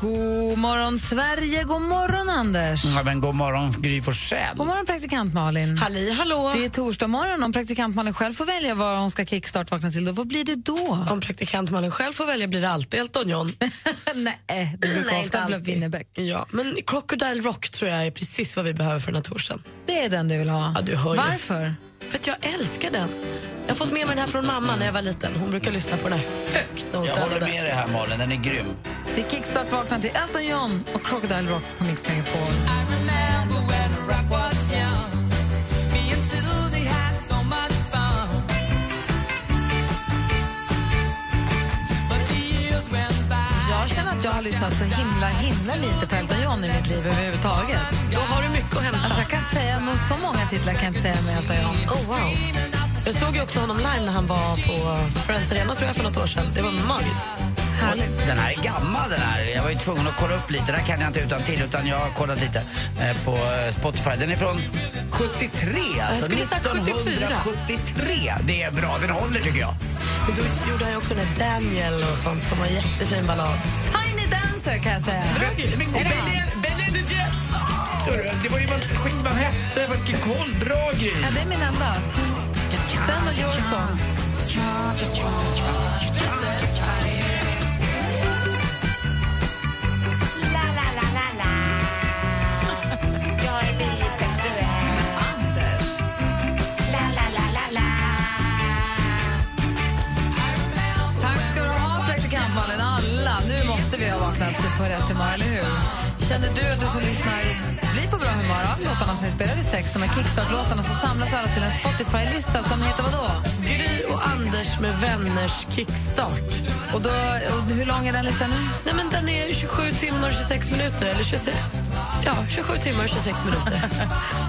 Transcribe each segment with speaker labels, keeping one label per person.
Speaker 1: God morgon, Sverige. God morgon, Anders.
Speaker 2: Ja, men god morgon, Gry Forssell.
Speaker 1: God morgon, praktikant Malin.
Speaker 3: Halli hallå!
Speaker 1: Det är torsdag morgon. Om praktikant Malin själv får välja vad hon ska kickstart-vakna till, då, vad blir det då?
Speaker 3: Om praktikantmannen själv får välja blir det alltid Elton John.
Speaker 1: Nej, det brukar
Speaker 3: Nej, inte
Speaker 1: ofta bli
Speaker 3: alltid.
Speaker 1: Winnerbäck.
Speaker 3: ja, men Crocodile Rock tror jag är precis vad vi behöver för den här torsen.
Speaker 1: Det är den du vill ha.
Speaker 3: Ja, du hör ju.
Speaker 1: Varför?
Speaker 3: För att jag älskar den. Jag har fått med mig den här från mamma när jag var liten. Hon brukar lyssna på den här högt när hon
Speaker 2: Jag håller
Speaker 3: städade.
Speaker 2: med dig här Malin, den är grym.
Speaker 1: Vi kickstart-vaknar till Elton John och Crocodile Rock på Mix Megapol. Jag känner att jag har lyssnat så himla, himla lite på Elton John i mitt liv överhuvudtaget.
Speaker 3: Då har du mycket att hämta.
Speaker 1: Alltså jag kan inte säga, nog så många titlar kan jag inte säga med Elton John.
Speaker 3: Oh, wow. Jag såg ju också honom live när han var på Friends Arena tror jag för något år sedan. Det var magiskt.
Speaker 1: Härligt.
Speaker 2: Den här är gammal den här. Jag var ju tvungen att kolla upp lite. Den här kan jag inte utan till utan jag har kollat lite eh, på eh, Spotify. Den är från 73 alltså.
Speaker 3: skulle sagt 74.
Speaker 2: 1973. Det är bra, den håller tycker jag.
Speaker 3: Men då gjorde han ju också den här Daniel och sånt som var en jättefin ballad.
Speaker 1: Tiny Dancer kan jag säga. Är det han?
Speaker 2: Ah! Det var ju vad skivan hette. Vilken koll, bra grej.
Speaker 1: Ja, det är min enda. Den och Your Song.
Speaker 4: Jag är bisexuell.
Speaker 1: Anders.
Speaker 4: La, la, la, la, la.
Speaker 1: Tack ska du ha, praktikant Malin. Alla. Nu måste vi ha vaknat på rätt humör, eller hur? Känner du att du som lyssnar blir på bra humör av låtarna som vi spelade sex, de här kickstart-låtarna, så samlas alla till en Spotify-lista som heter vadå?
Speaker 3: Gry och Anders med vänners kickstart.
Speaker 1: Och, då, och hur lång är den listan nu?
Speaker 3: Nej, men den är 27 timmar och 26 minuter. Eller 26, ja, 27 timmar och 26 minuter.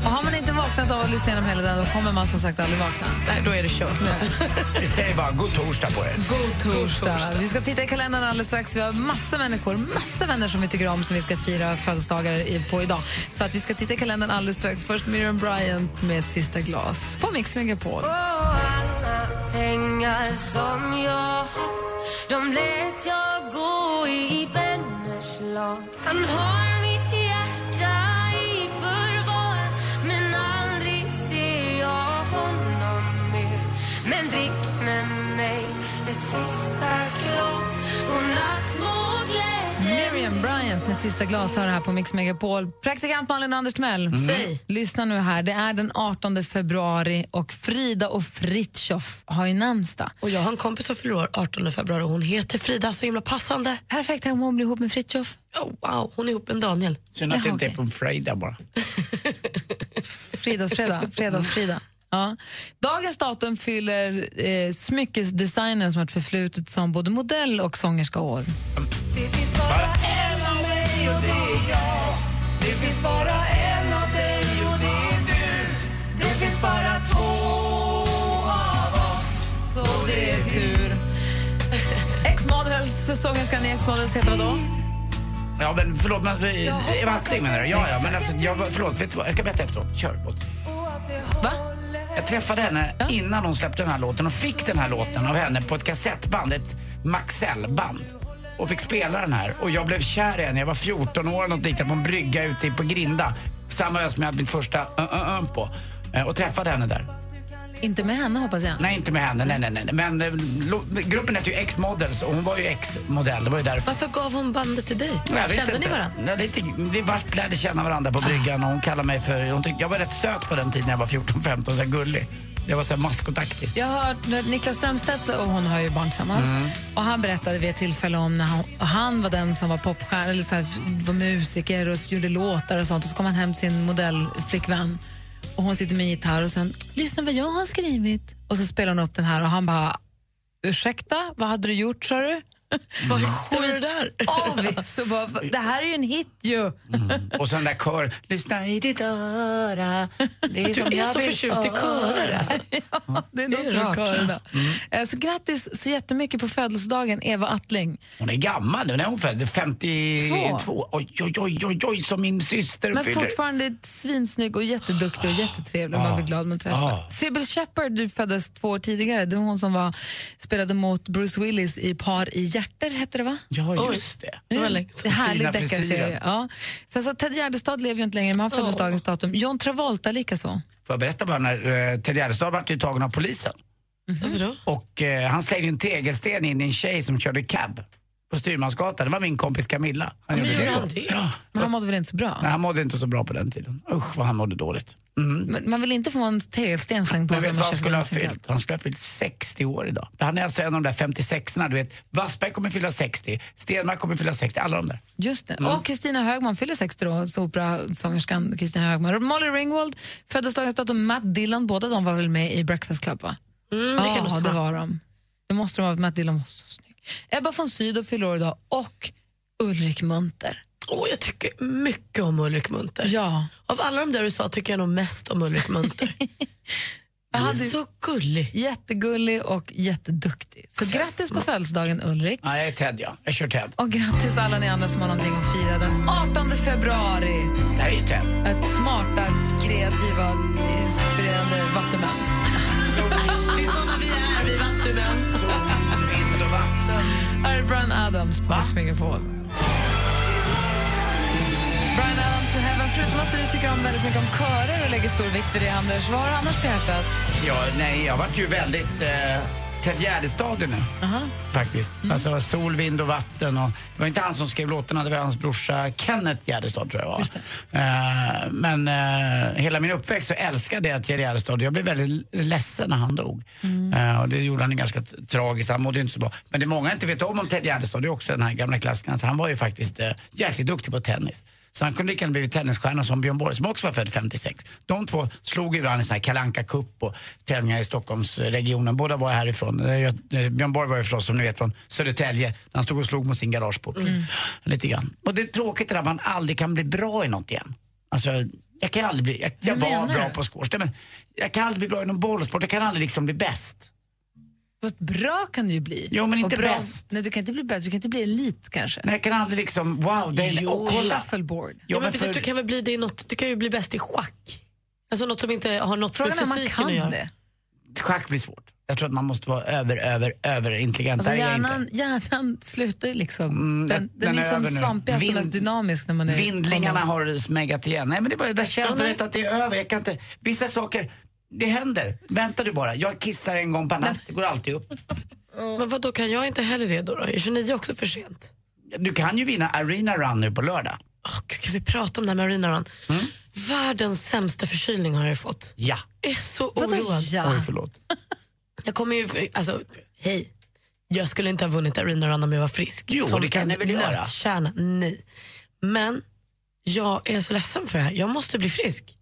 Speaker 1: Och har man inte vaknat av att lyssna igenom hela den, då kommer man som sagt aldrig vakna.
Speaker 3: Nej, då är det kört.
Speaker 2: Vi säger bara god torsdag på er.
Speaker 1: God torsdag. Vi ska titta i kalendern alldeles strax. Vi har massa människor, massa vänner som vi tycker om som vi ska fira födelsedagar i- på idag. Så att vi ska titta i kalendern alldeles strax. Först Miriam Bryant med ett sista glas på Mix Megapol.
Speaker 4: Pengar som jag haft, de lät jag gå i vänners lag. Han har mitt hjärta i förvar, men aldrig ser jag honom mer. Men drick med mig ett sista glas och natt må glädjen
Speaker 1: Miriam Bryant med ett sista glas hör här på Mix Megapol. Praktikant Malin Anders Timell, säg. Lyssna nu här. Det är den 18 februari och Frida och Fritjof har ju namnsdag.
Speaker 3: Och jag har en kompis som fyller år 18 februari och hon heter Frida, så himla passande.
Speaker 1: Perfekt, tänk om hon blir ihop med Fritjof.
Speaker 3: Oh, wow, hon är ihop med Daniel.
Speaker 2: Synd att det
Speaker 1: Jaha,
Speaker 2: inte är
Speaker 1: okej.
Speaker 2: på fredag bara.
Speaker 1: Fridagsfredag. Fredagsfrida. Ja. Dagens datum fyller eh, smyckesdesignern som har ett förflutet som både modell och sångerska år. Så det är tur. Ex-models, sångerskan i Ex-models heter vadå?
Speaker 2: Ja men förlåt, men, eh, Eva Attling menar du? Ja, ja, men alltså, jag, förlåt, vet du vad? Jag ska berätta efteråt. Kör, låt.
Speaker 1: Va?
Speaker 2: Jag träffade henne innan hon släppte den här låten och fick den här låten av henne på ett kassettband, ett Maxell-band. Och fick spela den här. Och jag blev kär i henne. Jag var 14 år eller något liknande på en brygga ute på Grinda. Samma ö som jag hade mitt första ö ö ö på. Eh, Och träffade henne där.
Speaker 1: Inte med henne hoppas jag.
Speaker 2: Nej, inte med henne. Nej, nej, nej. Men eh, lo- gruppen hette ju X-Models och hon var ju X-modell. Det var ju därför.
Speaker 3: Varför gav hon bandet till dig?
Speaker 2: Jag vet
Speaker 3: Kände
Speaker 2: inte.
Speaker 3: ni varandra?
Speaker 2: Nej, det är inte, vi var, lärde känna varandra på bryggan och hon kallade mig för... Hon tyckte, jag var rätt söt på den tiden när jag var 14-15, så här gullig. Jag var så här maskotaktig.
Speaker 1: Jag har hört Niklas Strömstedt och hon har ju barn tillsammans. Och han berättade vid ett tillfälle om när han, han var den som var popstjärna, eller så här, var musiker och gjorde låtar och sånt. Och så kom han hem till sin modellflickvän och hon sitter med en gitarr och sen lyssna vad jag har skrivit. Och så spelar hon upp den här och han bara ursäkta, vad hade du gjort sa du?
Speaker 3: Vad hittar du det där?
Speaker 1: Avis. Och bara, det här är ju en hit ju.
Speaker 2: Och så den där kör. Lyssna i ditt öra. Det är som
Speaker 3: Du är
Speaker 2: jag
Speaker 3: så
Speaker 2: vill
Speaker 3: förtjust i körer. Alltså.
Speaker 1: Ja, det är något
Speaker 3: är
Speaker 1: med
Speaker 3: rart.
Speaker 1: körerna. Eh, Så grattis så jättemycket på födelsedagen, Eva Attling.
Speaker 2: Hon är gammal nu. När är hon född? 52?
Speaker 1: Två.
Speaker 2: Oj, oj, oj, oj, oj, som min syster
Speaker 1: Men
Speaker 2: fyller.
Speaker 1: fortfarande svinsnygg och jätteduktig och jättetrevlig. Man blir glad man träffar.
Speaker 2: Ah.
Speaker 1: Sybil Shepard du föddes två år tidigare. Det var hon som var, spelade mot Bruce Willis i Par i hjärter, hette det va? Mm.
Speaker 2: Ja, just det.
Speaker 1: Det
Speaker 3: var
Speaker 1: var
Speaker 3: länge sedan.
Speaker 1: en härlig
Speaker 2: Fina
Speaker 1: deckarserie.
Speaker 2: frisyren.
Speaker 1: Ja. Sen så Ted Gärdestad lever ju inte längre, men han föddes dagens datum. John Travolta likaså.
Speaker 2: Får jag berätta bara när eh, Ted Gärdestad vart ju tagen av polisen.
Speaker 3: Mm, Vadå?
Speaker 2: Och eh, han slängde ju en tegelsten in i en tjej som körde cab på Styrmansgatan. Det var min kompis Camilla. Han gjorde
Speaker 3: gjorde
Speaker 2: det.
Speaker 3: han det?
Speaker 2: Ja.
Speaker 1: Men han mådde väl inte så bra?
Speaker 2: Nej, han mådde inte så bra på den tiden. Usch vad han mådde dåligt. Mm.
Speaker 1: Men man vill inte få en tegelsten slängd på
Speaker 2: Men
Speaker 1: sig.
Speaker 2: vet
Speaker 1: om
Speaker 2: du
Speaker 1: man
Speaker 2: vad han
Speaker 1: köper
Speaker 2: skulle ha
Speaker 1: en
Speaker 2: fyllt? Han skulle ha fyllt 60 år idag. Han är alltså en av de där 56 erna du vet. Wassberg kommer fylla 60, Stenmark kommer fylla 60, alla de där.
Speaker 1: Just det.
Speaker 2: Mm.
Speaker 1: Och Kristina Högman fyller 60 år, så operasångerskan Kristina Högman. Molly Ringwald, födelsedagens datum, Matt Dillon, båda de var väl med i Breakfast Club va?
Speaker 3: Mm, det kan du
Speaker 1: ja, det
Speaker 3: stå.
Speaker 1: var de. Det måste de ha, Matt Dillon var så snygg. Ebba von Sydow fyller år idag och Ulrik Munter.
Speaker 3: Åh, jag tycker mycket om Ulrik Munter.
Speaker 1: Ja.
Speaker 3: Av alla de där du sa tycker jag nog mest om Ulrik Munter. Han är så gullig.
Speaker 1: Jättegullig och jätteduktig. Så
Speaker 3: Alltså,
Speaker 1: grattis på födelsedagen Ulrik.
Speaker 2: Nej, jag är Ted ja. Jag kör Ted.
Speaker 1: Och grattis alla ni andra som har någonting att fira den 18 februari.
Speaker 2: Det här är ju Ted.
Speaker 1: Ett smarta, kreativa, inspirerande vattumän.
Speaker 3: Äsch, det är såna vi är, vi vattumän.
Speaker 2: Vind och vatten.
Speaker 1: Här är Brian Adams på Mix Megapol. Brian Adams för Heaven. Förutom att du tycker om väldigt mycket om körer och lägger stor vikt vid det, Anders, vad har du annars på hjärtat?
Speaker 2: Ja, nej, jag vart ju väldigt eh, Ted Gärdestadig nu. Faktiskt. Alltså sol, vind och vatten. Och, det var inte han som skrev låtarna, det var hans brorsa Kenneth Gärdestad tror jag det var. Eh, men eh, hela min uppväxt så älskade jag Ted Gärdestad. Jag blev väldigt ledsen när han dog. Eh, och det gjorde han ju ganska t- tragiskt, han mådde ju inte så bra. Men det många inte vet om om Ted Gärdestad, det är också den här gamla klassikern, att han var ju faktiskt eh, jäkligt duktig på tennis. Så han kunde lika gärna blivit tennisstjärna som Björn Borg som också var född 56. De två slog ju varandra i sån här Kalanka Cup och tävlingar i Stockholmsregionen. Båda var härifrån. Eh, jag- eh, Björn Borg var ju förstås som ni vet från Södertälje. Han stod och slog mot sin garageport.
Speaker 1: Mm.
Speaker 2: Lite grann. Och det är tråkigt det där att man aldrig kan bli bra i något igen. Alltså, jag kan ju aldrig bli... Jag, jag
Speaker 1: Hur
Speaker 2: var
Speaker 1: menar
Speaker 2: bra
Speaker 1: du?
Speaker 2: på squash. Nej, men Jag kan aldrig bli bra i någon bollsport. Jag kan aldrig liksom bli bäst.
Speaker 1: Fast bra kan du ju bli.
Speaker 2: Jo, men
Speaker 1: Och
Speaker 2: inte
Speaker 1: bra-
Speaker 2: bäst.
Speaker 1: Nej, du kan inte bli bäst. Du kan inte bli elit kanske.
Speaker 2: Nej, jag kan aldrig liksom... Wow, det är...
Speaker 1: Jo,
Speaker 2: och kolla!
Speaker 1: shuffleboard.
Speaker 2: Ja,
Speaker 3: Ja, men precis,
Speaker 2: för-
Speaker 3: du, kan väl bli det i något, du kan ju bli bäst i schack. Alltså något som inte har något
Speaker 1: Frågan är
Speaker 3: med
Speaker 1: om man
Speaker 3: fysiken
Speaker 1: kan
Speaker 3: att göra.
Speaker 1: det.
Speaker 2: Schack blir svårt. Jag tror att man måste vara över, över, över intelligent.
Speaker 1: Alltså
Speaker 2: Där är jag inte.
Speaker 1: hjärnan, hjärnan slutar ju liksom.
Speaker 2: Mm,
Speaker 1: den, den,
Speaker 2: den- den
Speaker 1: är
Speaker 2: är
Speaker 1: ju som
Speaker 2: över nu.
Speaker 1: svampigast och
Speaker 2: Vind-
Speaker 1: mest dynamisk när man är
Speaker 2: Vindlingarna
Speaker 1: tonåring.
Speaker 2: har smägat igen. Nej men det är bara, där känns
Speaker 3: Ja,
Speaker 2: du
Speaker 3: nej.
Speaker 2: vet att det är över. Jag kan inte, vissa saker, det händer. Vänta du bara, jag kissar en gång per natt, det går alltid upp.
Speaker 1: Mm.
Speaker 3: Men vad då kan jag inte heller det då? då? Är 29 också för sent?
Speaker 2: Du kan ju vinna Arena Run nu på lördag.
Speaker 3: Åh, Gud, kan vi prata om det här med Arena Run?
Speaker 2: Mm.
Speaker 3: Världens sämsta förkylning har jag ju fått.
Speaker 2: Ja.
Speaker 3: Jag är så
Speaker 1: Vadå
Speaker 3: oroad.
Speaker 1: ja?
Speaker 2: Oj förlåt.
Speaker 3: Jag kommer ju, alltså, hej. Jag skulle inte ha vunnit Arena Run om jag var frisk.
Speaker 2: Jo,
Speaker 3: Som
Speaker 2: det kan
Speaker 3: en
Speaker 2: ni väl göra.
Speaker 3: nötkärna, nej. Men jag är så ledsen för det här. Jag måste bli frisk.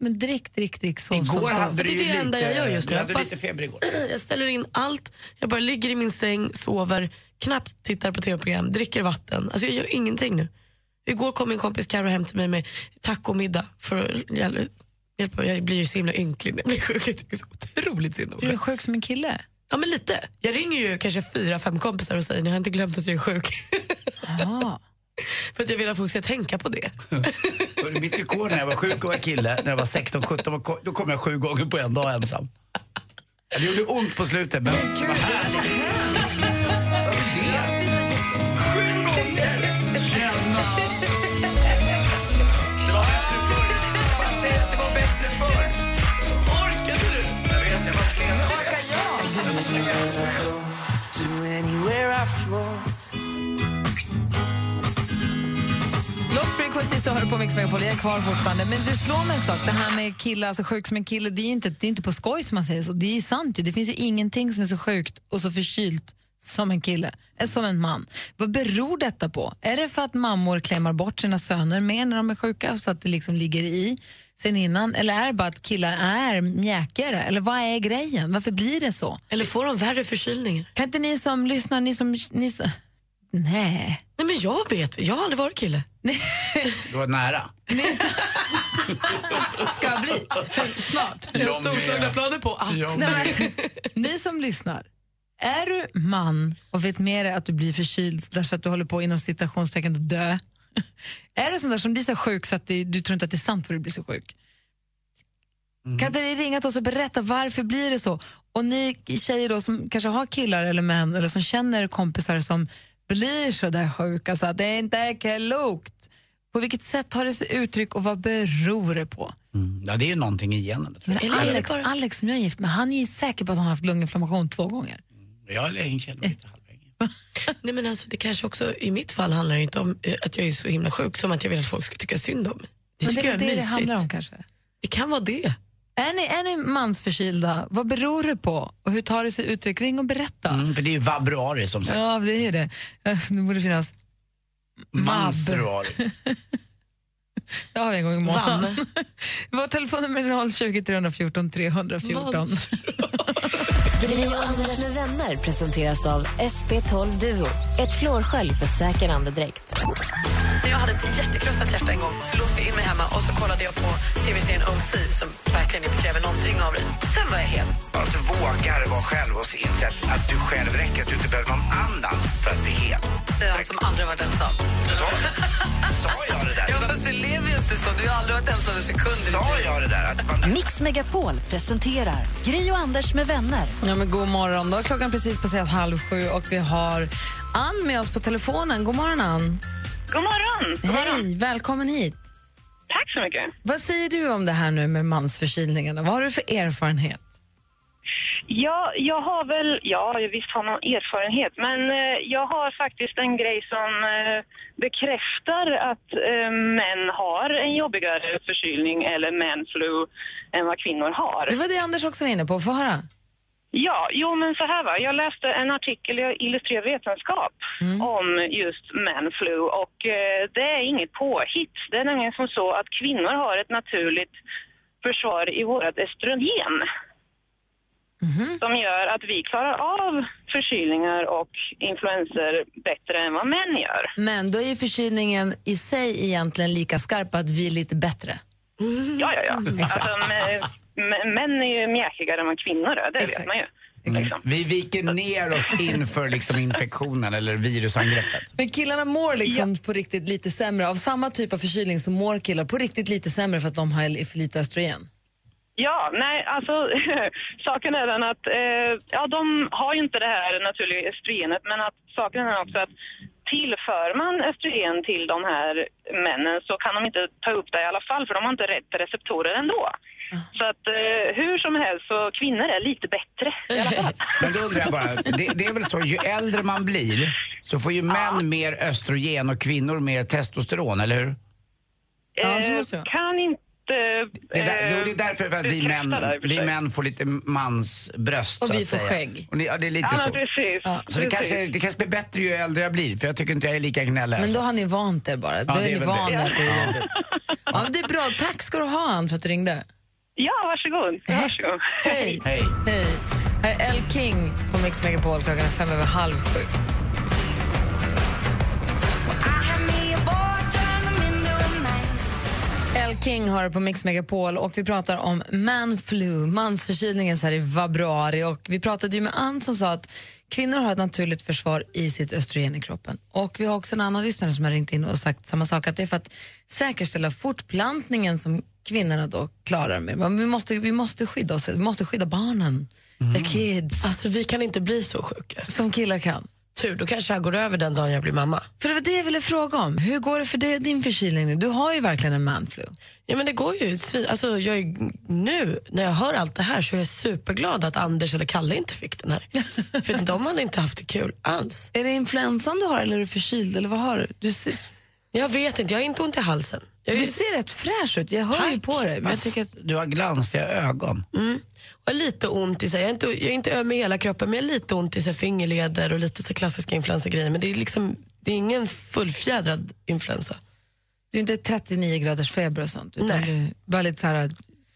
Speaker 1: Men drick, drick, drick, sov, sov,
Speaker 2: Igår
Speaker 1: sov.
Speaker 2: hade du
Speaker 3: Det är
Speaker 2: ju
Speaker 3: det enda jag gör just nu.
Speaker 2: Du hade
Speaker 3: Jag
Speaker 2: lite
Speaker 3: pass-
Speaker 2: feber igår.
Speaker 3: Jag ställer in allt, jag bara ligger i min säng, sover, knappt tittar på tv-program, dricker vatten. Alltså jag gör ingenting nu. Igår kom min kompis Karo hem till mig med tacomiddag för att hjäl- hjälpa mig. Jag blir ju så himla ynklig när jag blir sjuk. Jag tycker så otroligt synd om
Speaker 1: Du är
Speaker 3: mig.
Speaker 1: sjuk som en kille.
Speaker 3: Ja men lite. Jag ringer ju kanske fyra, fem kompisar och säger ni har inte glömt att jag är sjuk.
Speaker 1: Ah.
Speaker 3: för att jag vill att folk ska tänka på det.
Speaker 2: Hörru, Mitt rekord när jag var sjuk och var kille, när jag var 16, 17, var ko- då kom jag sju gånger på en dag ensam. Ja, Det gjorde ont på slutet men...
Speaker 1: Gud, det är väldigt
Speaker 2: Det-
Speaker 1: Byta jätte-
Speaker 2: Sju gånger! Känna. Det var bättre förr. Man säger att det var bättre förr. Orkade du? Jag vet, jag var sen.
Speaker 1: Lost Frequency så hör du på Mix Megapol. Jag är kvar fortfarande. Men det slår mig en sak. Det här med killar, alltså sjuk som en kille, det är inte, det är inte på skoj som man säger så. Det är sant ju. Det finns ju ingenting som är så sjukt och så förkylt som en kille, eh, som en man. Vad beror detta på? Är det för att mammor klämmer bort sina söner mer när de är sjuka så att det liksom ligger i? sen innan? Eller är det bara att killar är mjäkigare? Eller vad är grejen? Varför blir det så?
Speaker 3: Eller får de värre förkylningar?
Speaker 1: Kan inte ni som lyssnar, ni som... Ni som nej.
Speaker 3: Nej men jag vet, jag har aldrig varit kille.
Speaker 2: Du var nära.
Speaker 1: Ni som, ska bli, snart.
Speaker 3: Jag har
Speaker 2: med.
Speaker 3: storslagna planer på att...
Speaker 2: Jag
Speaker 1: Nej, men, ni som lyssnar, är du man och vet med dig att du blir förkyld därför att du håller på inom citationstecken att dö? Är du sån där som blir så sjuk så att det, du tror inte att det är sant för att du blir så sjuk? Kan inte ni ringa till oss och berätta varför blir det så? Och ni tjejer då som kanske har killar eller män eller som känner kompisar som blir så där sjuka så att det inte är klokt. På vilket sätt tar det sig uttryck och vad beror det på?
Speaker 2: Mm. Ja, det är ju någonting i genen. tror
Speaker 1: Men
Speaker 3: Eller är det
Speaker 1: Alex,
Speaker 3: bara-
Speaker 1: Alex som jag är gift med, han är ju säker på att han har haft lunginflammation två gånger.
Speaker 2: Jag Jag känner mig lite halvvägs.
Speaker 3: Nej men alltså det kanske också, i mitt fall handlar det inte om eh, att jag är så himla sjuk som att jag vill att folk ska tycka synd om mig. Det
Speaker 1: Men det
Speaker 3: tycker
Speaker 1: är väl
Speaker 3: jag är
Speaker 1: det det handlar om
Speaker 3: mysigt.
Speaker 1: kanske.
Speaker 3: Det kan vara det.
Speaker 1: Är ni, är ni mansförkylda? Vad beror det på? Och hur tar det sig uttryck? Ring och berätta.
Speaker 2: Mm, för det är ju vabruari som sagt.
Speaker 1: Ja, det är ju det. Det borde finnas.
Speaker 2: Mansruari.
Speaker 1: Jag har vi en gång i månaden.
Speaker 3: Vann.
Speaker 1: Vårt telefonnummer är 020 314 314.
Speaker 5: Gry och Anders med vänner presenteras av SP12 Duo. Ett flårskölj för säker andedräkt.
Speaker 3: När jag hade ett jättekrossat hjärta en gång så låste jag in mig hemma och så kollade jag på tv-serien OC som verkligen inte kräver någonting av dig. Sen var jag hel.
Speaker 6: Att du vågar vara själv och inse att, att du själv räcker, att du inte behöver någon annan för att bli hel.
Speaker 3: Det är allt som aldrig varit ensam.
Speaker 6: Sa, sa jag det där?
Speaker 3: fast du lever ju inte så. Du har aldrig varit ensam en sekund.
Speaker 6: Sa jag det där? Att man,
Speaker 5: Mix Megapol presenterar Gry och Anders med vänner.
Speaker 1: Ja, men god morgon. Då har klockan precis passerat halv sju och vi har Ann med oss på telefonen. God morgon, Ann.
Speaker 7: God morgon!
Speaker 1: Hej, välkommen hit.
Speaker 7: Tack så mycket.
Speaker 1: Vad säger du om det här nu med mansförkylningarna? Vad har du för erfarenhet?
Speaker 7: Ja, jag har väl, ja, jag visst har någon erfarenhet, men eh, jag har faktiskt en grej som eh, bekräftar att eh, män har en jobbigare förkylning eller manflu än vad kvinnor har.
Speaker 1: Det var det Anders också var inne på. Få höra.
Speaker 7: Ja, jo men så här va. Jag läste en artikel i Illustrerad vetenskap
Speaker 1: Mm.
Speaker 7: om just manflu och eh, det är inget påhitt. Det är nämligen som så att kvinnor har ett naturligt försvar i vårt estrogen.
Speaker 1: Mhm.
Speaker 7: Som gör att vi klarar av förkylningar och influenser bättre än vad män gör.
Speaker 1: Men då är ju förkylningen i sig egentligen lika skarp att vi är lite bättre. Mm.
Speaker 7: Ja, ja, ja. Alltså, men, men, män är ju mjäkigare än vad kvinnor är, det
Speaker 1: Exakt.
Speaker 7: vet man ju. Liksom.
Speaker 2: Mm. Vi viker ner oss inför liksom infektionen eller virusangreppet.
Speaker 1: Men killarna mår liksom på riktigt lite sämre. Av samma typ av förkylning så mår killar på riktigt lite sämre för att de har för lite östrogen.
Speaker 7: Ja, nej, alltså saken är den att eh, ja, de har ju inte det här naturliga östrogenet, men att saken är också att tillför man östrogen till de här männen så kan de inte ta upp det i alla fall, för de har inte rätt receptorer ändå.
Speaker 1: Ah.
Speaker 7: Så att eh, hur som helst så kvinnor är lite bättre i alla fall.
Speaker 2: Men då undrar jag bara, det, det är väl så ju äldre man blir så får ju män mer östrogen och kvinnor mer testosteron, eller hur?
Speaker 1: Ja, så
Speaker 7: Eh,
Speaker 1: måste det vara.
Speaker 7: kan inte...
Speaker 2: Det är, där,
Speaker 7: eh,
Speaker 2: då- det är därför att vi
Speaker 7: bekräfta
Speaker 2: män,
Speaker 7: det här i och för
Speaker 2: vi
Speaker 7: sig.
Speaker 2: män får lite mansbröst
Speaker 1: Och
Speaker 2: så
Speaker 1: vi
Speaker 2: att
Speaker 1: får
Speaker 2: säga.
Speaker 1: skägg.
Speaker 2: Och ni, ja, det är lite
Speaker 7: Ja,
Speaker 2: så.
Speaker 7: men precis.
Speaker 2: Så det kanske, det kanske blir bättre ju äldre jag blir, för jag tycker inte jag är lika gnällig.
Speaker 1: Men då
Speaker 2: alltså.
Speaker 1: har ni vant er bara. Då
Speaker 2: det
Speaker 1: är,
Speaker 2: är
Speaker 1: ni
Speaker 2: väl det.
Speaker 1: vana att det är
Speaker 2: Ja.
Speaker 1: jobbigt. Ja, men det är bra. Tack ska du ha, Ann, för att du ringde.
Speaker 7: Ja, varsågod. varsågod.
Speaker 1: Hej!
Speaker 2: Hej.
Speaker 1: Hej. Här är El King på Mix Megapol klockan är fem över halv sju. El King har det på Mix Megapol och vi pratar om manflu, mansförkylningen så här i februari. Och vi pratade ju med Ann som sa att kvinnor har ett naturligt försvar i sitt östrogen i kroppen. Och vi har också en annan lyssnare som har ringt in och sagt samma sak, att det är för att säkerställa fortplantningen som kvinnorna då klarar med. Men vi måste, vi måste skydda oss, vi måste skydda barnen, the kids,
Speaker 3: Alltså vi kan inte bli så sjuka.
Speaker 1: som killar kan.
Speaker 3: Tur, då kanske jag går över den dagen jag blir mamma.
Speaker 1: För det var det jag ville fråga om. Hur går det för dig, din förkylning nu? Du har ju verkligen en manflu.
Speaker 3: Ja men det går ju. svin- Alltså, jag är, nu när jag hör allt det här så är jag superglad att Anders eller Kalle inte fick den här. För de hade inte haft det kul alls.
Speaker 1: Är det influensan du har eller är du förkyld? Eller vad har du? Du, ser,
Speaker 3: Jag vet inte, jag har inte ont i halsen. Jag är,
Speaker 1: du
Speaker 3: ju-
Speaker 1: ser rätt fräsch ut. Jag hör ju
Speaker 3: Tack.
Speaker 1: på dig. Men jag tycker att,
Speaker 2: Du har glansiga ögon.
Speaker 3: Mm. jag har lite ont i, så här- jag är inte, jag är inte öm i hela kroppen men jag har lite ont i så här, fingerleder och lite så här klassiska influensagrejer. Men det är liksom, det är ingen fullfjädrad influensa.
Speaker 1: Det är ju inte 39 graders feber och sånt, utan
Speaker 3: Nej.
Speaker 1: du är bara lite så här äh,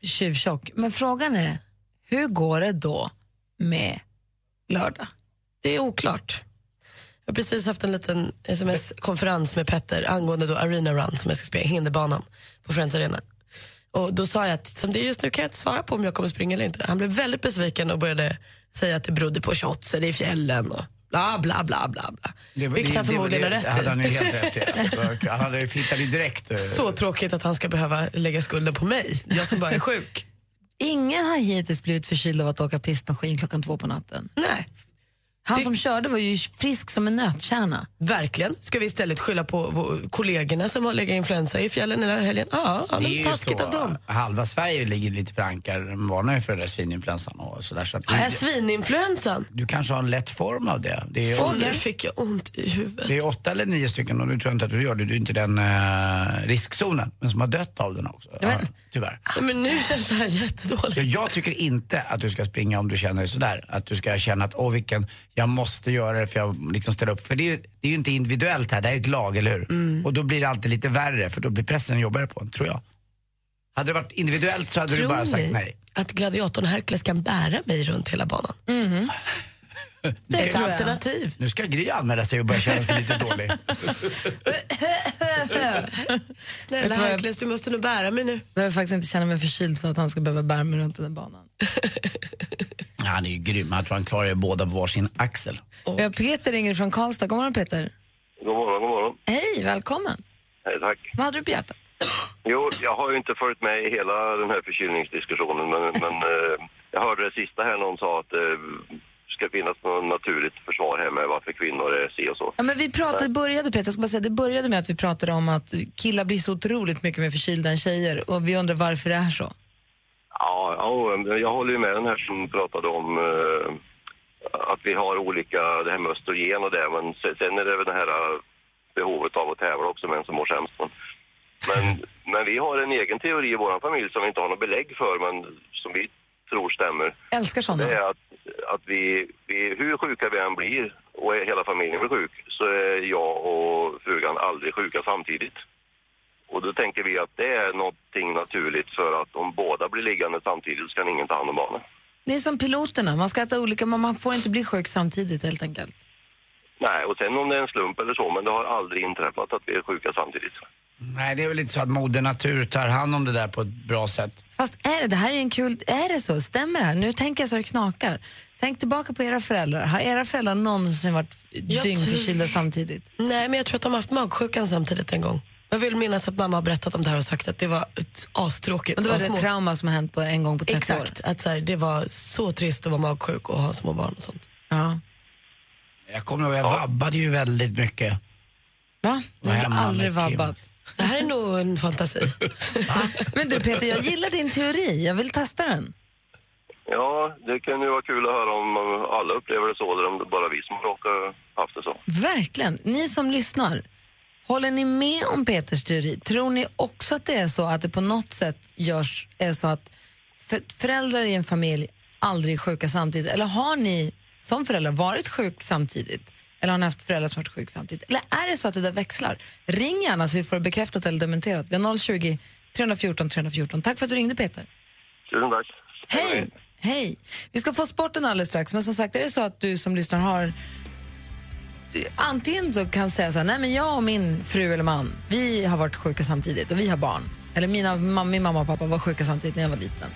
Speaker 1: tjuvtjock. Men frågan är, hur går det då med lördag?
Speaker 3: Det är oklart. Jag har precis haft en liten sms-konferens med Petter angående då Arena Run som jag ska springa, hinderbanan på Friends Arena. Och då sa jag att som det är just nu kan jag inte svara på om jag kommer springa eller inte. Han blev väldigt besviken och började säga att det berodde på shotsar i fjällen och bla bla bla bla. bla.
Speaker 2: var-
Speaker 3: Vilket han
Speaker 2: det- det var
Speaker 3: förmodligen har
Speaker 2: det-
Speaker 3: rätt
Speaker 2: det hade han ju
Speaker 3: i.
Speaker 2: helt rätt i. Alltså, Han hade hittade ju direkt. eh,
Speaker 3: Så tråkigt att han ska behöva lägga skulden på mig, jag som bara är sjuk.
Speaker 1: Ingen har hittills blivit förkyld av att åka pistmaskin klockan två på natten.
Speaker 3: Nej,
Speaker 1: Han
Speaker 3: Det-
Speaker 1: som körde var ju frisk som en nötkärna.
Speaker 3: verkligen. Ska vi istället skylla på vår- kollegorna som har legat influensa i fjällen hela helgen? Ja, ja
Speaker 2: Det
Speaker 3: men
Speaker 2: är ju
Speaker 3: taskigt
Speaker 2: så,
Speaker 3: av dem.
Speaker 2: Halva Sverige ligger lite för ankar. De varnar ju för den där svininfluensan och sådär. Så att
Speaker 3: Har jag
Speaker 2: du,
Speaker 3: svininfluensan?
Speaker 2: du kanske har en lätt form av det. Det är,
Speaker 3: Åh, nu fick jag ont i huvudet.
Speaker 2: det är åtta eller nio stycken och nu tror jag inte att du gör det. Du är inte i den eh, riskzonen. Men som har dött av den också.
Speaker 1: Ja, men-
Speaker 2: Ja, tyvärr.
Speaker 3: Nej, Men nu känns det här
Speaker 2: Ja,
Speaker 3: jättedåligt.
Speaker 2: Jag tycker inte att du ska springa om du känner dig sådär. Att du ska känna att åh vilken, jag måste göra det för jag liksom ställer upp. För det är, ju, det är ju inte individuellt här, det här är ett lag, eller hur? Och då blir det alltid lite värre för då blir pressen jobbigare på en, tror jag. Hade det varit individuellt så hade du bara
Speaker 3: Tror
Speaker 2: sagt
Speaker 3: ni
Speaker 2: nej.
Speaker 3: att gladiatorn Herkules kan bära mig runt hela banan? Det är ett
Speaker 1: Mm. tror jag.
Speaker 3: alternativ.
Speaker 2: Nu ska Gry anmäla sig och börja känna sig lite dålig.
Speaker 3: Snälla
Speaker 1: Vet du vad jag-
Speaker 3: Herkules, du måste nog bära mig nu.
Speaker 1: Behöver faktiskt inte känna mig förkyld för att han ska behöva bära mig runt den där banan.
Speaker 2: Ja, Han är ju grym, jag tror han klarar er båda på varsin axel.
Speaker 1: Vi har Peter ringer från Karlstad. God morgon Peter.
Speaker 7: God morgon, god morgon.
Speaker 1: Hej, välkommen.
Speaker 7: Hej, tack.
Speaker 1: Vad hade du på hjärtat?
Speaker 7: Jo, jag har ju inte följt med i hela den här förkylningsdiskussionen, men, men eh, jag hörde det sista här någon sa att det ska finnas något naturligt försvar här med varför kvinnor är si och så.
Speaker 1: Ja, men vi pratade, började, Peter, jag ska bara säga, det började med att vi pratade om att killar blir så otroligt mycket mer förkylda än tjejer och vi undrar varför det är så.
Speaker 7: Ja, ja, jag håller ju med den här som pratade om eh, att vi har olika, det här med östrogen och det, men se- sen är det väl det här eh, behovet av att tävla också, men som mår sämst. Men, men, men vi har en egen teori i vår familj som vi inte har något belägg för, men som vi tror stämmer.
Speaker 1: Älskar sådana.
Speaker 7: Det är att, att vi, vi, hur sjuka vi än blir och hela familjen blir sjuk så är jag och frugan aldrig sjuka samtidigt. Och då tänker vi att det är någonting naturligt för att om båda blir liggande samtidigt så kan ingen ta hand om barnen.
Speaker 1: Det är som piloterna, man ska äta olika, men man får inte bli sjuk samtidigt helt enkelt.
Speaker 7: Nej, och sen om det är en slump eller så, men det har aldrig inträffat att vi är sjuka samtidigt.
Speaker 2: Nej, det är väl lite så att moder natur tar hand om det där på ett bra sätt.
Speaker 1: Fast är det, det här är en kul, är det så? Stämmer det här? Nu tänker jag så det knakar. Tänk tillbaka på era föräldrar. Har era föräldrar någonsin varit
Speaker 3: Jag
Speaker 1: dyngförkylda samtidigt?
Speaker 3: Nej, men jag tror att de har haft magsjukan samtidigt en gång. Jag vill minnas att mamma har berättat om det här och sagt att det var ett astråkigt.
Speaker 1: Och det var
Speaker 3: att ha
Speaker 1: det
Speaker 3: små-
Speaker 1: trauma som har hänt på en gång på 30 år.
Speaker 3: Exakt, att så här, det var så trist att vara magsjuk och ha små barn och sånt.
Speaker 1: Ja.
Speaker 2: Jag kommer ihåg, jag vabbade ju väldigt mycket.
Speaker 1: Va? Du
Speaker 2: Vad
Speaker 1: har
Speaker 2: hemma
Speaker 1: aldrig
Speaker 2: med Kim.
Speaker 1: vabbat.
Speaker 3: Det här är nog en fantasi.
Speaker 1: Men du Peter, jag gillar din teori. Jag vill testa den.
Speaker 7: Ja, det kan ju vara kul att höra om alla upplever det så eller om det bara är vi som råkar haft det så.
Speaker 1: Verkligen. Ni som lyssnar, håller ni med om Peters teori? Tror ni också att det är så att det på något sätt görs, är så att för, föräldrar i en familj aldrig är sjuka samtidigt? Eller har ni som föräldrar varit sjuk samtidigt? Eller har ni haft föräldrar som varit sjuka samtidigt? Eller är det så att det där växlar? Ring gärna så vi får det bekräftat eller dementerat. Vi har 020 314 314. Tack för att du ringde Peter.
Speaker 7: Tusen tack.
Speaker 1: Hej! Hej! Vi ska få sporten alldeles strax, men som sagt är det så att du som lyssnar har antingen så kan säga så här, nej men jag och min fru eller man, vi har varit sjuka samtidigt och vi har barn. Eller mina, ma- min mamma och pappa var sjuka samtidigt när jag var liten.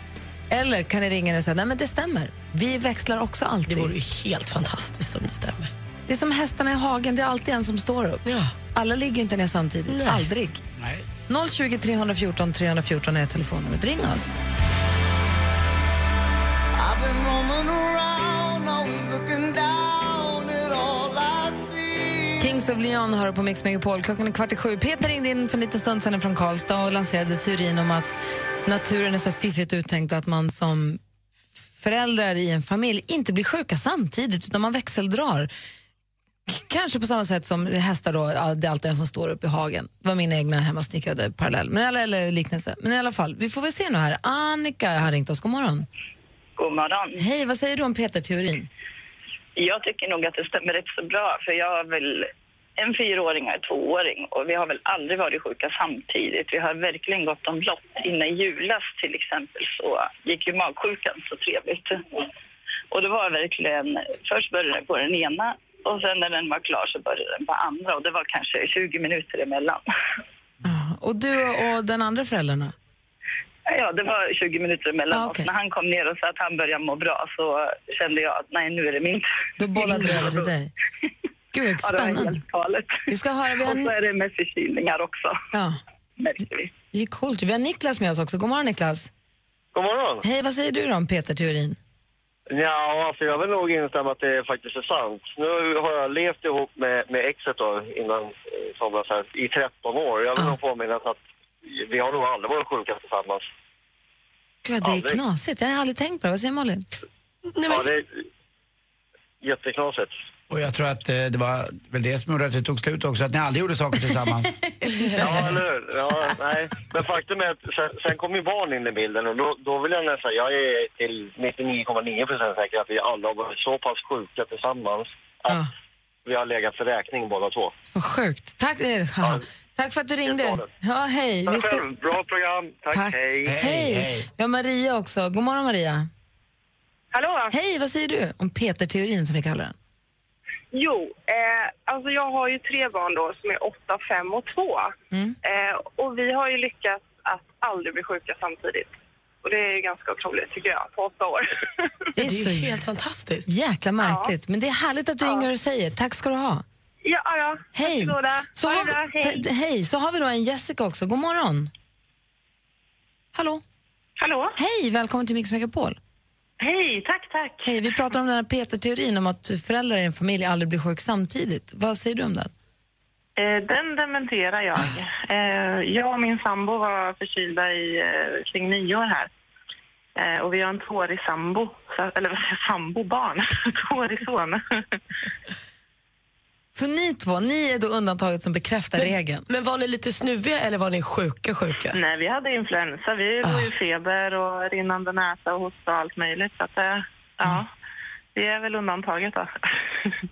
Speaker 1: Eller kan ni ringa och säga, nej men det stämmer, vi växlar också
Speaker 3: Det
Speaker 1: alltid.
Speaker 3: vore ju helt fantastiskt om det stämmer.
Speaker 1: Det är som hästarna i hagen, det är alltid en som står upp.
Speaker 3: Ja.
Speaker 1: Alla ligger ju inte ner samtidigt,
Speaker 3: Nej.
Speaker 1: aldrig.
Speaker 2: Nej.
Speaker 1: 020 314 314 är telefonnumret, ring oss. Kings of Leon hör på Mix Megapol. Klockan är kvart i sju. Peter ringde in för en liten stund sedan från Karlstad och lanserade teorin om att naturen är så fiffigt uttänkt att man som föräldrar i en familj inte blir sjuka samtidigt utan man växeldrar. K- Kanske på samma sätt som hästar då, ja, det är alltid en som står upp i hagen. Det var min egna hemmasnickrade parallell, men, eller, eller liknelse. Men i alla fall, vi får väl se nu här. Annika har ringt oss, god morgon.
Speaker 8: God morgon.
Speaker 1: Hej, vad säger du om Peter-teorin?
Speaker 8: Jag tycker nog att det stämmer rätt så bra, för jag har väl
Speaker 3: en fyraåring och en tvååring och vi har väl aldrig varit sjuka samtidigt. Vi har verkligen gått omlott. Innan julas till exempel så gick ju magsjukan så trevligt. Och det var verkligen, först började det på den ena och sen när den var klar så började den på andra och det var kanske 20 minuter emellan.
Speaker 1: Ah, Och du och den andra föräldrarna?
Speaker 3: Ja, det var 20 minuter emellan
Speaker 1: Ah,
Speaker 3: oss. När han kom ner och sa att han började må bra så kände jag att nej, nu är det min
Speaker 1: Då bollade det över till dig. Gud, vad
Speaker 3: Ja, det var
Speaker 1: spännande.
Speaker 3: helt galet.
Speaker 1: Vi ska höra, vi har-
Speaker 3: Och så är det med förkylningar också,
Speaker 1: Ja,
Speaker 3: märker vi.
Speaker 1: det är coolt. Vi har Niklas med oss också. God morgon Niklas.
Speaker 9: God morgon.
Speaker 1: Hej, vad säger du då om Peter Theorin?
Speaker 9: Ja, alltså jag vill nog instämma att det faktiskt är sant. Nu har jag levt ihop med, med exet då, innan eh, somras här, i 13 år.
Speaker 1: Ah.
Speaker 9: Jag vill nog påminna om att vi har nog aldrig varit sjuka tillsammans.
Speaker 1: Gud, det är
Speaker 9: Aldrig.
Speaker 1: knasigt. Jag har aldrig tänkt på det. Vad säger Malin?
Speaker 9: Ja, det är jätteknasigt.
Speaker 2: Och jag tror att eh, det var väl det som gjorde att det tog slut också, att ni aldrig gjorde saker tillsammans.
Speaker 9: Ja, eller hur? Ja, nej. Men faktum är att sen, sen kom ju barn in i bilden och då, då vill jag nästan säga, jag är till 99,9 procent säker att vi alla har varit så pass sjuka tillsammans att vi har legat för räkning båda två.
Speaker 1: Vad sjukt. Tack, eh, ja. Tack för att du ringde. Ja, hej. Vi ska...
Speaker 9: Själv, Bra program. Tack, hej.
Speaker 1: Hej. Vi har Maria också. God morgon Maria.
Speaker 7: Hallå?
Speaker 1: Hej, vad säger du om Peter Theorin som vi kallar den?
Speaker 7: Jo, eh, alltså jag har ju tre barn då som är åtta, fem och två.
Speaker 1: Mm.
Speaker 7: Eh, och vi har ju lyckats att aldrig bli sjuka samtidigt. Och det är ju ganska otroligt tycker jag, på åtta år.
Speaker 1: Det är, helt fantastiskt. Jäkla märkligt. Men det är härligt att du ringer och säger. Tack ska du ha.
Speaker 7: ja, ja.
Speaker 1: Hej.
Speaker 7: Varsågoda.
Speaker 1: Så
Speaker 7: Ha
Speaker 1: har,
Speaker 7: det
Speaker 1: vi,
Speaker 7: bra. Hej.
Speaker 1: t- hej. Så har vi då en Jessica också. God morgon. Hallå?
Speaker 7: Hallå?
Speaker 1: Hej, välkommen till Mix Megapol.
Speaker 7: Hej, tack, tack.
Speaker 1: Hej, vi pratar om den här Peter-teorin om att föräldrar i en familj aldrig blir sjuk samtidigt. Vad säger du om den?
Speaker 7: Eh, Den dementerar jag. Eh, Jag och min sambo var förkylda i, eh, kring nyår här. Eh, Och vi har en tvåårig sambo, så, eller vad säger jag, sambobarn, tvåårig son.
Speaker 1: Så ni två, ni är då undantaget som bekräftar regeln?
Speaker 10: Men var ni lite snuviga eller var ni sjuka sjuka?
Speaker 7: Nej, vi hade influensa. Vi låg i feber och rinnande näsa och hosta och allt möjligt. Så att, eh, ja, det är väl undantaget då.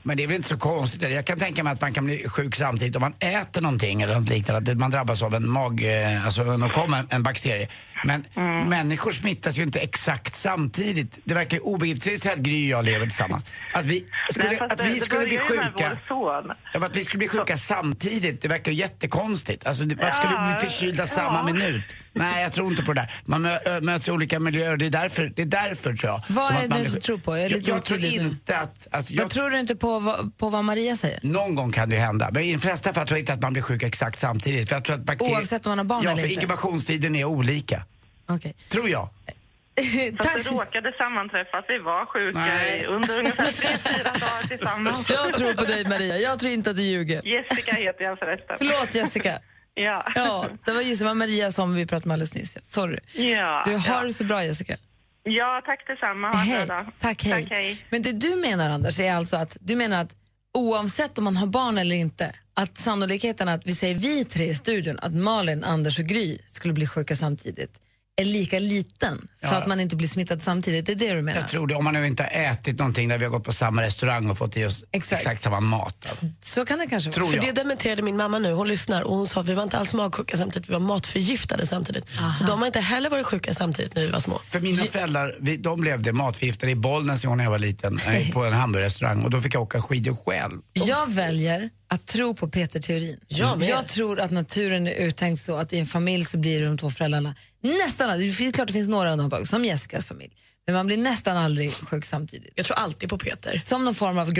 Speaker 2: Men det är väl inte så konstigt. eller? Jag kan tänka mig att man kan bli sjuk samtidigt om man äter någonting eller något liknande. Att man drabbas av en mag... eh, Alltså en, en, en bakterie. Men
Speaker 7: Mm.
Speaker 2: människor smittas ju inte exakt samtidigt. Det verkar ju obegripligt att Gry och jag lever tillsammans. Att vi skulle,
Speaker 7: Nej, fast
Speaker 2: att vi
Speaker 7: det
Speaker 2: skulle bli
Speaker 7: börjar ju med
Speaker 2: sjuka...
Speaker 7: vår son.
Speaker 2: Ja, men Att vi skulle bli sjuka samtidigt, det verkar ju jättekonstigt. Alltså, det- varför ska vi
Speaker 7: Ja,
Speaker 2: bli förkylda samma
Speaker 7: ja.
Speaker 2: minut? Nej, jag tror inte på det där. Man mö- ö- möts i olika miljöer, det är därför, det är därför tror jag.
Speaker 1: Vad
Speaker 2: som
Speaker 1: är
Speaker 2: att man
Speaker 1: det
Speaker 2: blir
Speaker 1: du
Speaker 2: sjuk.
Speaker 1: tror på? Jag är
Speaker 2: Jag,
Speaker 1: lite
Speaker 2: jag tror
Speaker 1: otydlig nu.
Speaker 2: inte att... Alltså,
Speaker 1: Vad
Speaker 2: jag,
Speaker 1: tror du inte på, vad- på vad Maria säger?
Speaker 2: någon gång kan det ju hända. Men i de flesta fall tror jag inte att man blir sjuk exakt samtidigt. För jag tror att bakterier...
Speaker 1: Oavsett om man har barn
Speaker 2: ja,
Speaker 1: eller
Speaker 2: för
Speaker 1: inte.
Speaker 2: inkubationstiden är olika.
Speaker 1: Okej.
Speaker 2: Tror jag.
Speaker 7: Fast det råkade sammanträffa att vi var sjuka i under ungefär tre, fyra dagar tillsammans.
Speaker 1: Jag tror på dig Maria, jag tror inte att du ljuger.
Speaker 7: Jessica heter jag förresten.
Speaker 1: Förlåt Jessica.
Speaker 7: Ja.
Speaker 1: Ja, det var just det var Maria som vi pratade med alldeles nyss. ja. Sorry.
Speaker 7: Ja,
Speaker 1: du har
Speaker 7: ja.
Speaker 1: det så bra Jessica.
Speaker 7: Ja, tack detsamma. Ha en
Speaker 1: Hej.
Speaker 7: bra dag.
Speaker 1: Tack, hej.
Speaker 7: Tack, hej.
Speaker 1: Men det du menar Anders är alltså att du menar att oavsett om man har barn eller inte, att sannolikheten att vi säger vi tre i studion, att Malin, Anders och Gry skulle bli sjuka samtidigt är lika liten för
Speaker 2: Ja.
Speaker 1: att man inte blir smittad samtidigt. Det är det du menar?
Speaker 2: Jag tror det. Om man nu inte har ätit någonting där vi har gått på samma restaurang och fått i oss exakt, samma mat.
Speaker 1: Så kan det kanske
Speaker 2: Tror
Speaker 10: För
Speaker 2: jag.
Speaker 10: det dementerade min mamma nu. Hon lyssnar och hon sa att vi var inte alls magsjuka samtidigt, vi var matförgiftade samtidigt. Så de har inte heller varit sjuka samtidigt när vi var små.
Speaker 2: För mina föräldrar, vi, de blev det matförgiftade i Bollnäs i år när jag var liten, eh, på en hamburgerrestaurang. Och då fick jag åka skidor själv.
Speaker 1: Jag väljer att tro på Peter-teorin.
Speaker 2: Jag med.
Speaker 1: jag tror att naturen är uttänkt så att i en familj så blir de två föräldrarna nästan aldrig, det är klart det finns några undantag, som Jessicas familj, men man blir nästan aldrig sjuk samtidigt.
Speaker 10: Jag tror alltid på Peter.
Speaker 1: Som någon form av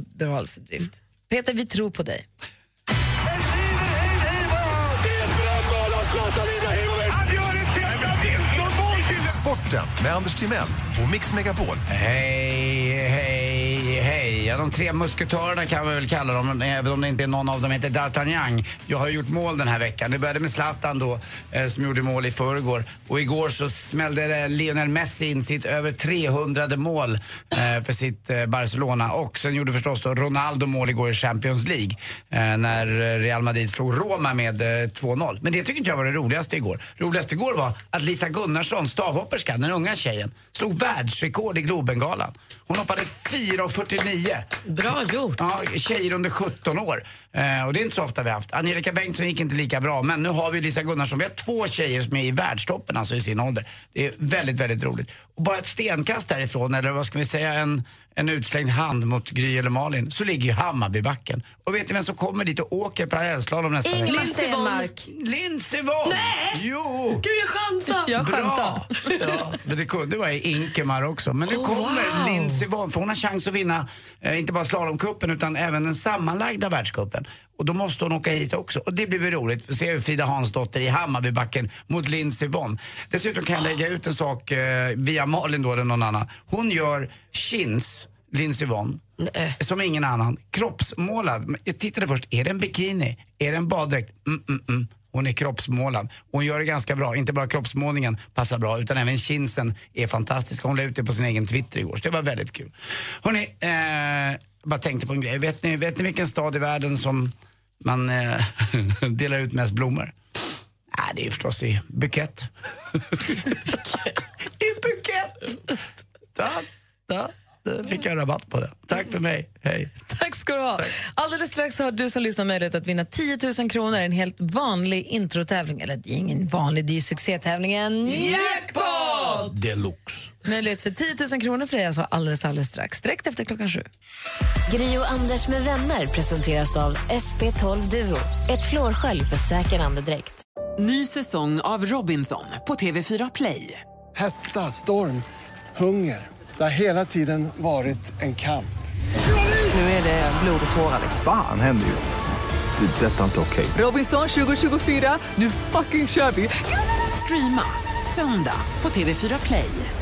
Speaker 1: grottmänniskobevarelsedrift. Peter, vi tror på dig.
Speaker 6: Sporten med Anders Timell och Mix Megapol.
Speaker 2: Hej, hej, hej. Ja, de tre musketörerna kan vi väl kalla dem, även om det inte är någon av dem heter D'Artagnan. Jag har gjort mål den här veckan. Det började med Zlatan då, eh, som gjorde mål i förrgår. Och igår så smällde det Lionel Messi in sitt över 300 mål eh, för sitt eh, Barcelona. Och sen gjorde förstås då Ronaldo mål igår i Champions League eh, när eh, Real Madrid slog Roma med eh, 2-0. Men det tycker inte jag var det roligaste igår. Roligast igår var att Lisa Gunnarsson, stavhopperskan, den unga tjejen, slog världsrekord i Globengalan. Hon hoppade 4,49 Sverige.
Speaker 3: Bra gjort.
Speaker 2: Ja, tjejer under 17 år. Eh, och det är inte så ofta vi har haft. Angelica Bengtsson gick inte lika bra, men nu har vi Lisa Gunnarsson. Vi har två tjejer som är i världstoppen, alltså i sin ålder. Det är väldigt, väldigt roligt. Och bara ett stenkast därifrån, eller vad ska vi säga, en, en utslängd hand mot Gry eller Malin, så ligger ju Hammarbybacken. Och vet ni vem som kommer dit och åker parallellslalom nästa
Speaker 4: Ingemar Stenmark.
Speaker 2: Lindsey Vonn!
Speaker 4: Nej!
Speaker 2: Jo!
Speaker 4: Gud, jag chansar!
Speaker 2: Bra! Ja, men det kunde vara i Inkemar också. Men nu
Speaker 4: Oh,
Speaker 2: kommer
Speaker 4: wow.
Speaker 2: Lindsey Vonn, för hon har chans att vinna eh, inte bara slalomcupen utan även den sammanlagda världscupen. Och då måste hon åka hit också. Och det blir väl roligt. Får se hur Frida Hansdotter i Hammarbybacken mot Lindsey Vonn. Dessutom kan jag lägga ut en sak eh, via Malin då eller någon annan. Hon gör chins, Lindsey Vonn. Som ingen annan. Kroppsmålad. Men Jag tittade först, är det en bikini? Är det en baddräkt? Mm, mm, mm. Hon är kroppsmålad. Hon gör det ganska bra. Inte bara kroppsmålningen passar bra, utan även kinsen är fantastisk. Hon la ut det på sin egen Twitter igår, så det var väldigt kul. Hörrni, eh, jag bara tänkte på en grej. Vet ni, vet ni vilken stad i världen som man eh, delar ut mest blommor? Nej, det är ju förstås i Bukett. I Bukett! Da, da, da fick jag rabatt på det. Tack för mig. Hej.
Speaker 11: Tack ska du ha. Alldeles strax har du som lyssnar möjlighet att vinna 10 000 kronor. En helt vanlig introtävling. Eller det är ingen vanlig, det är ju succétävlingen Jackpot!
Speaker 12: Deluxe.
Speaker 11: Möjlighet för 10 000 kronor för dig alltså alldeles, alldeles strax. Direkt efter klockan sju.
Speaker 5: Gri och Anders med vänner presenteras av SP12 Duo. Ett flårskölj för säker andedräkt.
Speaker 13: Ny säsong av Robinson på TV4 Play.
Speaker 14: Hetta, storm, hunger. Det har hela tiden varit en kamp.
Speaker 13: Nu är det blod och tårar.
Speaker 15: Fan händer just det. Det är detta inte okej.
Speaker 13: Robinson 2024, nu fucking kör vi! Streama söndag på TV4 Play.